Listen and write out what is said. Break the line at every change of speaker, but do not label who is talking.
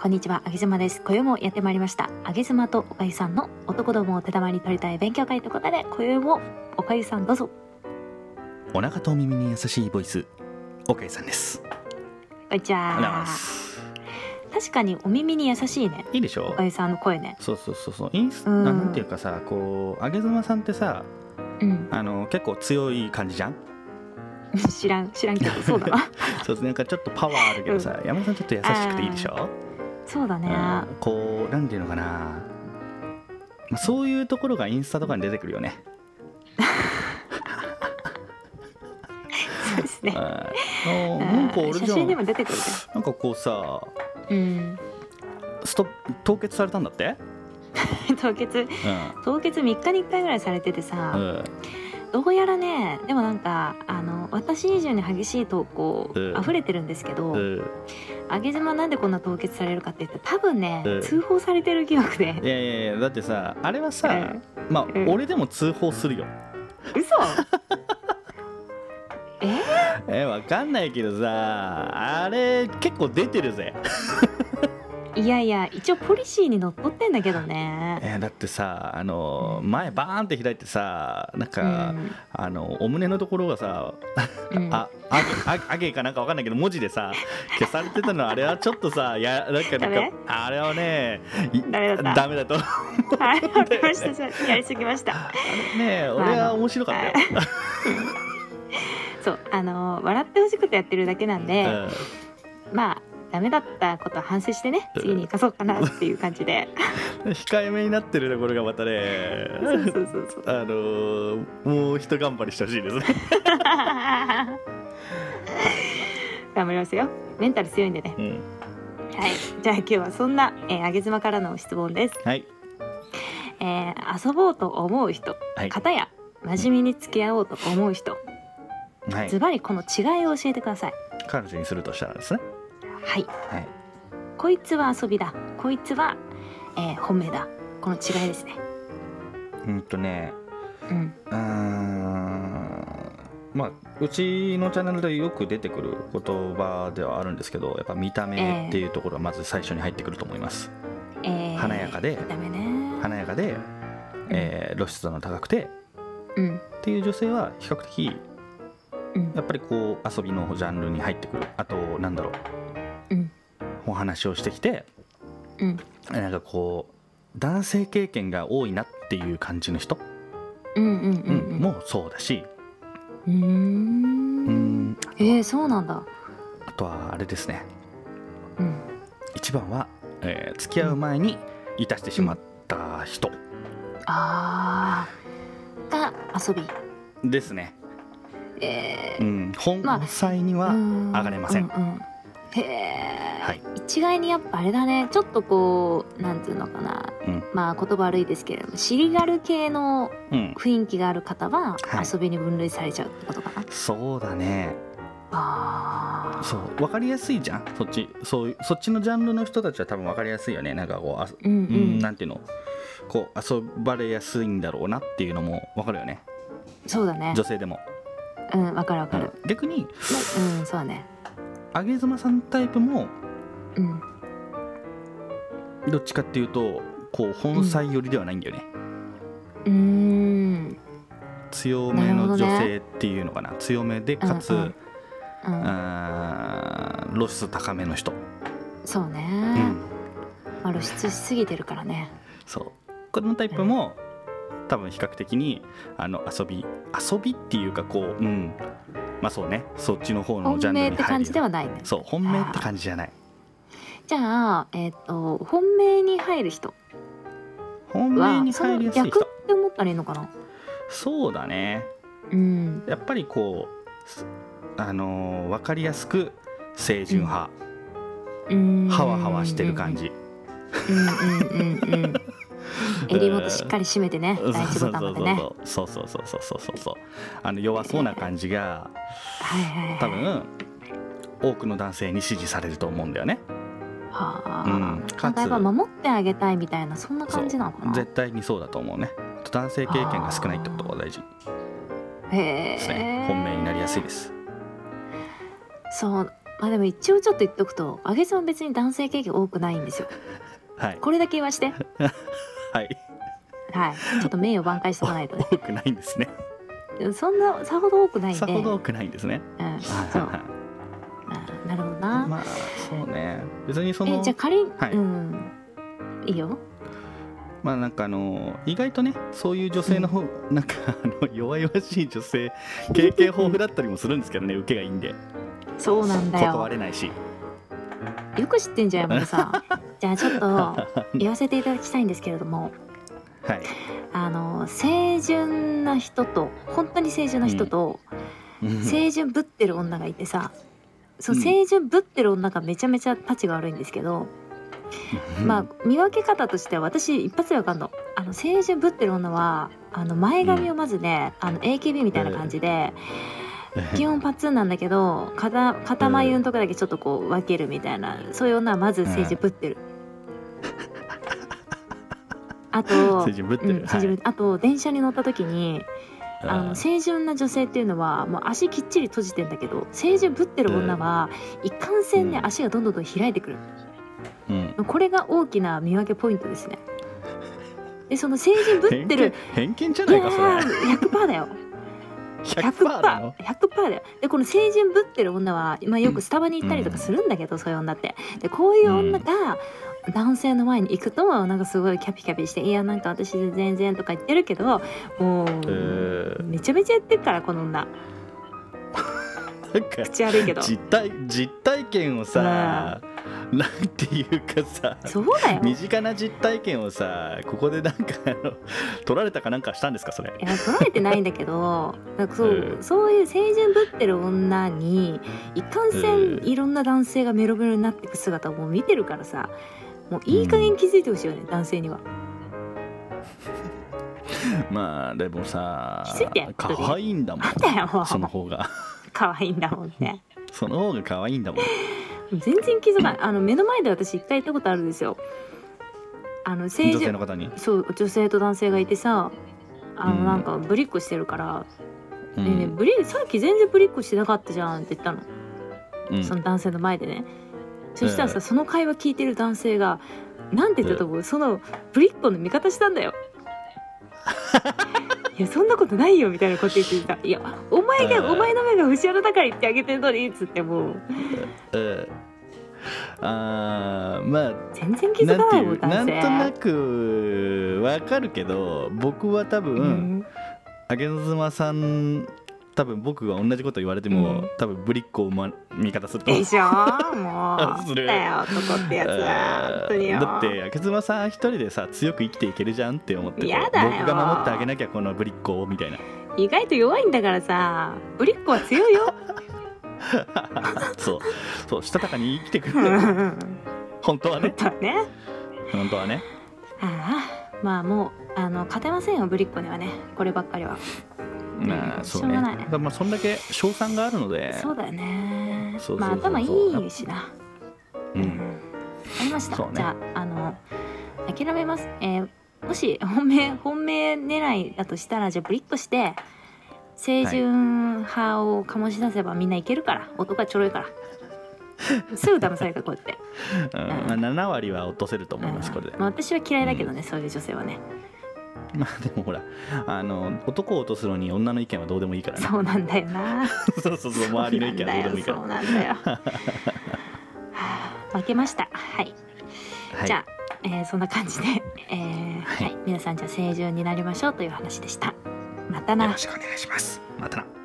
こんにちは、あげずまです。今宵もやってまいりました。あげずまとおかゆさんの男どもを手玉に取りたい勉強会ということで、今宵もおかゆさんどうぞ。
お腹とお耳に優しいボイス、おかゆさんです。
こんにちは。確かにお耳に優しいね。
いいでしょ
おかゆさんの声ね。
そうそうそうそう。インス、うん、なんていうかさ、こう、あげずまさんってさ、うん、あの結構強い感じ じゃん。
知らん知らんけどそうだな
そうですねなんかちょっとパワーあるけどさ、うん、山田さんちょっと優しくていいでしょ
そうだね、
うん、こうなんていうのかな、まあ、そういうところがインスタとかに出てくるよね
そうですねあ
なんか俺じゃ
写
ん
真にも出てくる
なんかこうさ、
うん、
スト凍結されたんだって
凍結、うん、凍結3日に1回ぐらいされててさ、うんどうやらねでもなんかあの私以上に激しい投稿、うん、溢れてるんですけど、うん、上げ島なんでこんな凍結されるかって言って多分ね、うん、通報されてる疑惑で
いやいやいやだってさあれはさ、うん、まあ、俺でも通報するよ
嘘 えー、
えわかんないけどさあれ結構出てるぜ
いやいや一応ポリシーにのっとってんだけどね、
えー、だってさあの、前バーンって開いてさなんか、うん、あのお胸のところがさ、う ん、ああげあげかなんか分かんないけど文字でさ消されてたのあれはちょっとさやなんかなんかあれはね
ダメだ
ダメだと思
って、ね、やりすぎましたあ
れね俺は面白かったよ、まあ、
そうあの笑ってほしくてやってるだけなんで、うん、まあダメだったこと反省してね次に生かそうかなっていう感じで
控えめになってるところがまたねあのー、もう一頑張りしてほしいです ね
頑張りますよメンタル強いんでね、うん、はいじゃあ今日はそんな、えー、上げ妻からの質問です、
はい
えー、遊ぼうと思う人、はい、片や真面目に付き合おうと思う人、はい、ずばりこの違いを教えてください
彼女にするとしたらですね
はい、はい、こいつは遊びだこいつは、えー、本命だこの違いですね
うんとねうんまあうちのチャンネルでよく出てくる言葉ではあるんですけどやっぱ見た目っていうところがまず最初に入ってくると思います、
えー、
華やかで、
ね、
華やかで、えー、露出度の高くて、
うん、
っていう女性は比較的やっぱりこう遊びのジャンルに入ってくるあとなんだろう
うん、
お話をしてきて、
うん、
なんかこう男性経験が多いなっていう感じの人、
うんうんうん、うん、
もそうだし
うんうんえー、そうなんだ
あとはあれですね、
うん、
一番は、えー、付き合う前にいたしてしまった人、うん、
あが遊び
ですね
え
ー、うん、本妻には上がれません、
まあ、うんうんへえ、
はい、
一概にやっぱあれだねちょっとこうなんていうのかな、うん、まあ言葉悪いですけれども尻軽系の雰囲気がある方は遊びに分類されちゃうってことかな、はい、
そうだね
あ
そう分かりやすいじゃんそっちそうそっちのジャンルの人たちは多分分かりやすいよねなんかこうあ、
うんうん、
なんていうのこう遊ばれやすいんだろうなっていうのも分かるよね
そうだね
女性でも
うん分かる分かる、
うん、逆に
うんそうだね
上げ妻さんタイプも、
うん、
どっちかっていうとこう本妻寄りではないんだよね、
うん、
強めの女性っていうのかな、ね、強めでかつ、うんうん、露出高めの人
そうね、うん、露出しすぎてるからね
そうこのタイプも、うん、多分比較的にあの遊び遊びっていうかこううんまあそうねそっちの方のジャンル
に入る本命って感じではない、ね、
そう本命って感じじゃない
じゃあ、えーと、と本命に入る人
本命に入りやすい
逆って思ったらいいのかな
そうだね、
うん、
やっぱりこうあのー、分かりやすく清純派、
うん、
はわはわしてる感じ
うんうん うんうん襟元しっかり締めてね第一ボタンまでね
そうそうそうそうそうそうそうあの弱そうな感じが、
はいはい、
多分多くの男性に支持されると思うんだよね。
はあ、うん、かつ守ってあげたいみたいなそんな感じなのかな
絶対にそうだと思うね男性経験が少ないってことが大事
へえ、
ね、本命になりやすいです
そうまあでも一応ちょっと言っとくとあげさん別に男性経験多くないんですよ
はい
これだけ言わ して
はい
はいちょっと名誉挽回しておかないとね
多くないんですね
そんなさほど多くないんで
さほど多くないんですね
うん
はい
そう
はいはい
あーなるほどな、
まあそうね別にそ
え
の
じゃあ仮に、
はい
うんいいよ
まあなんかあの意外とねそういう女性の方、なんかあの弱々しい女性経験豊富だったりもするんですけどね受けがいいんで
そうなんだ
断
よ
れないし
よく知ってんじゃん山田さ んじゃあちょっと
は
言わせていただきたいんですけれども
い
あの清純な人と本当に清純な人と、清純ぶってる女がいてさそう
うん
清純ぶってる女がめちゃめちゃタチが悪いんですけど、まあ見分け方としては私一発でわかんのあの清純ぶってる女はあの前髪をまずね、あの AKB みたいな感じで、基 本パッツンなんだけど片片眉のとこだけちょっとこう分けるみたいなそういう女はまず清純ぶってる、あと
成人ぶって
うん
る、
清純ぶあと電車に乗った時に
はい
あの清純な女性っていうのはもう足きっちり閉じてんだけど清純ぶってる女はいかんせんね
うん
足がどんどんどん開いてくる
うん
これが大きな見分けポイントですねでその清純ぶっ
偏
てる
見偏見じゃ
い
な
や
いかそれ
ー100%だよ
100%なの
100%100% だよでこの清純ぶってる女は、まあ、よくスタバに行ったりとかするんだけど、そういう女ってでこういう女が男性の前に行くとなんかすごいキャピキャピして「いやなんか私全然」とか言ってるけどもう、
ー
めちゃめちゃやってるからこの女
なんか
口悪いけど
実体実体験をさ、なんていうかさ
そうだよ
身近な実体験をさここでなんかあの取られたかなんかしたんですかそれ
いや取られてないんだけどなんかそう,、
うん
そういう清純ぶってる女にいかんせ
うん
んいろんな男性がメロメロになっていく姿をもう見てるからさもういい加減気づいてほしいよね、男性には
まあでもさ
気づいて
可愛いんだもん
なんだよもう
その方が
可愛いんだもんね
その方が可愛いんだもん
全然気づかないあの目の前で私一回行ったことあるんですよあの清
女性
純
の方に、
そう女性と男性がいてさあ
うん
のなんかぶりっこしてるから「
う
ねえねえぶりさっき全然ぶりっこしてなかったじゃん」って言ったの
うん
その男性の前でね、そしたらさ、
ええ
その会話聞いてる男性がなんて言ったと思う、そのブリッコの味方したんだ よいやそんなことないよみたいなこと言ってた「いやお前が、
ええ
お前の目が節穴だから言ってあげてるのに」っつってもう
うんあーまあ
全然気づか
なん
ない
てい
もん
うな
男
ん
性
となくわかるけど僕は多
う
分、
ん
あげのずまさん多分僕が同じこと言われても、
うん
多分ぶりっ子を、ま、味方すると思う
でし ょも
す
う
る
だよ男ってやつは本当によ
だって明妻さん一人でさ強く生きていけるじゃんって思ってこう
や
僕
だよ
が守ってあげなきゃこのぶりっ子をみ たいな
意外と弱いんだからさブリッコは強い よ
そうそうしたたかに生きてく
うんう
る
んうん
本当はね
だね
本当はね
ああまあもうあの勝てませんよぶりっ子にはねこればっかりは
まあそう
し
ね
ょうがない
だからまあそんだけ賞賛があるので
そうだよね
そうそうそうそう
まあ頭いいしな
う、
うんんありました、
そうね
じゃああの諦めますえーもし本命本命狙いだとしたらじゃあぶりっ子して清純派を醸し出せばみんないけるから男はちょろいから すぐ騙されたこうやって
うんまあ、7割は落とせると思いますこれで
うんまあ、私は嫌いだけどね、そういう女性はね
まあでもほらあの男を落とすのに女の意見はどうでもいいからね
そうなんだよな
そうそうそう 周りの意見はどうでもいいから
そうなん だよそうなんだよはあ負けましたはい、
はい
じゃあ、えーそんな感じで、えー
は
はいい皆さんじゃあ清純になりましょうという話でしたまたな
よろしくお願いしますまたな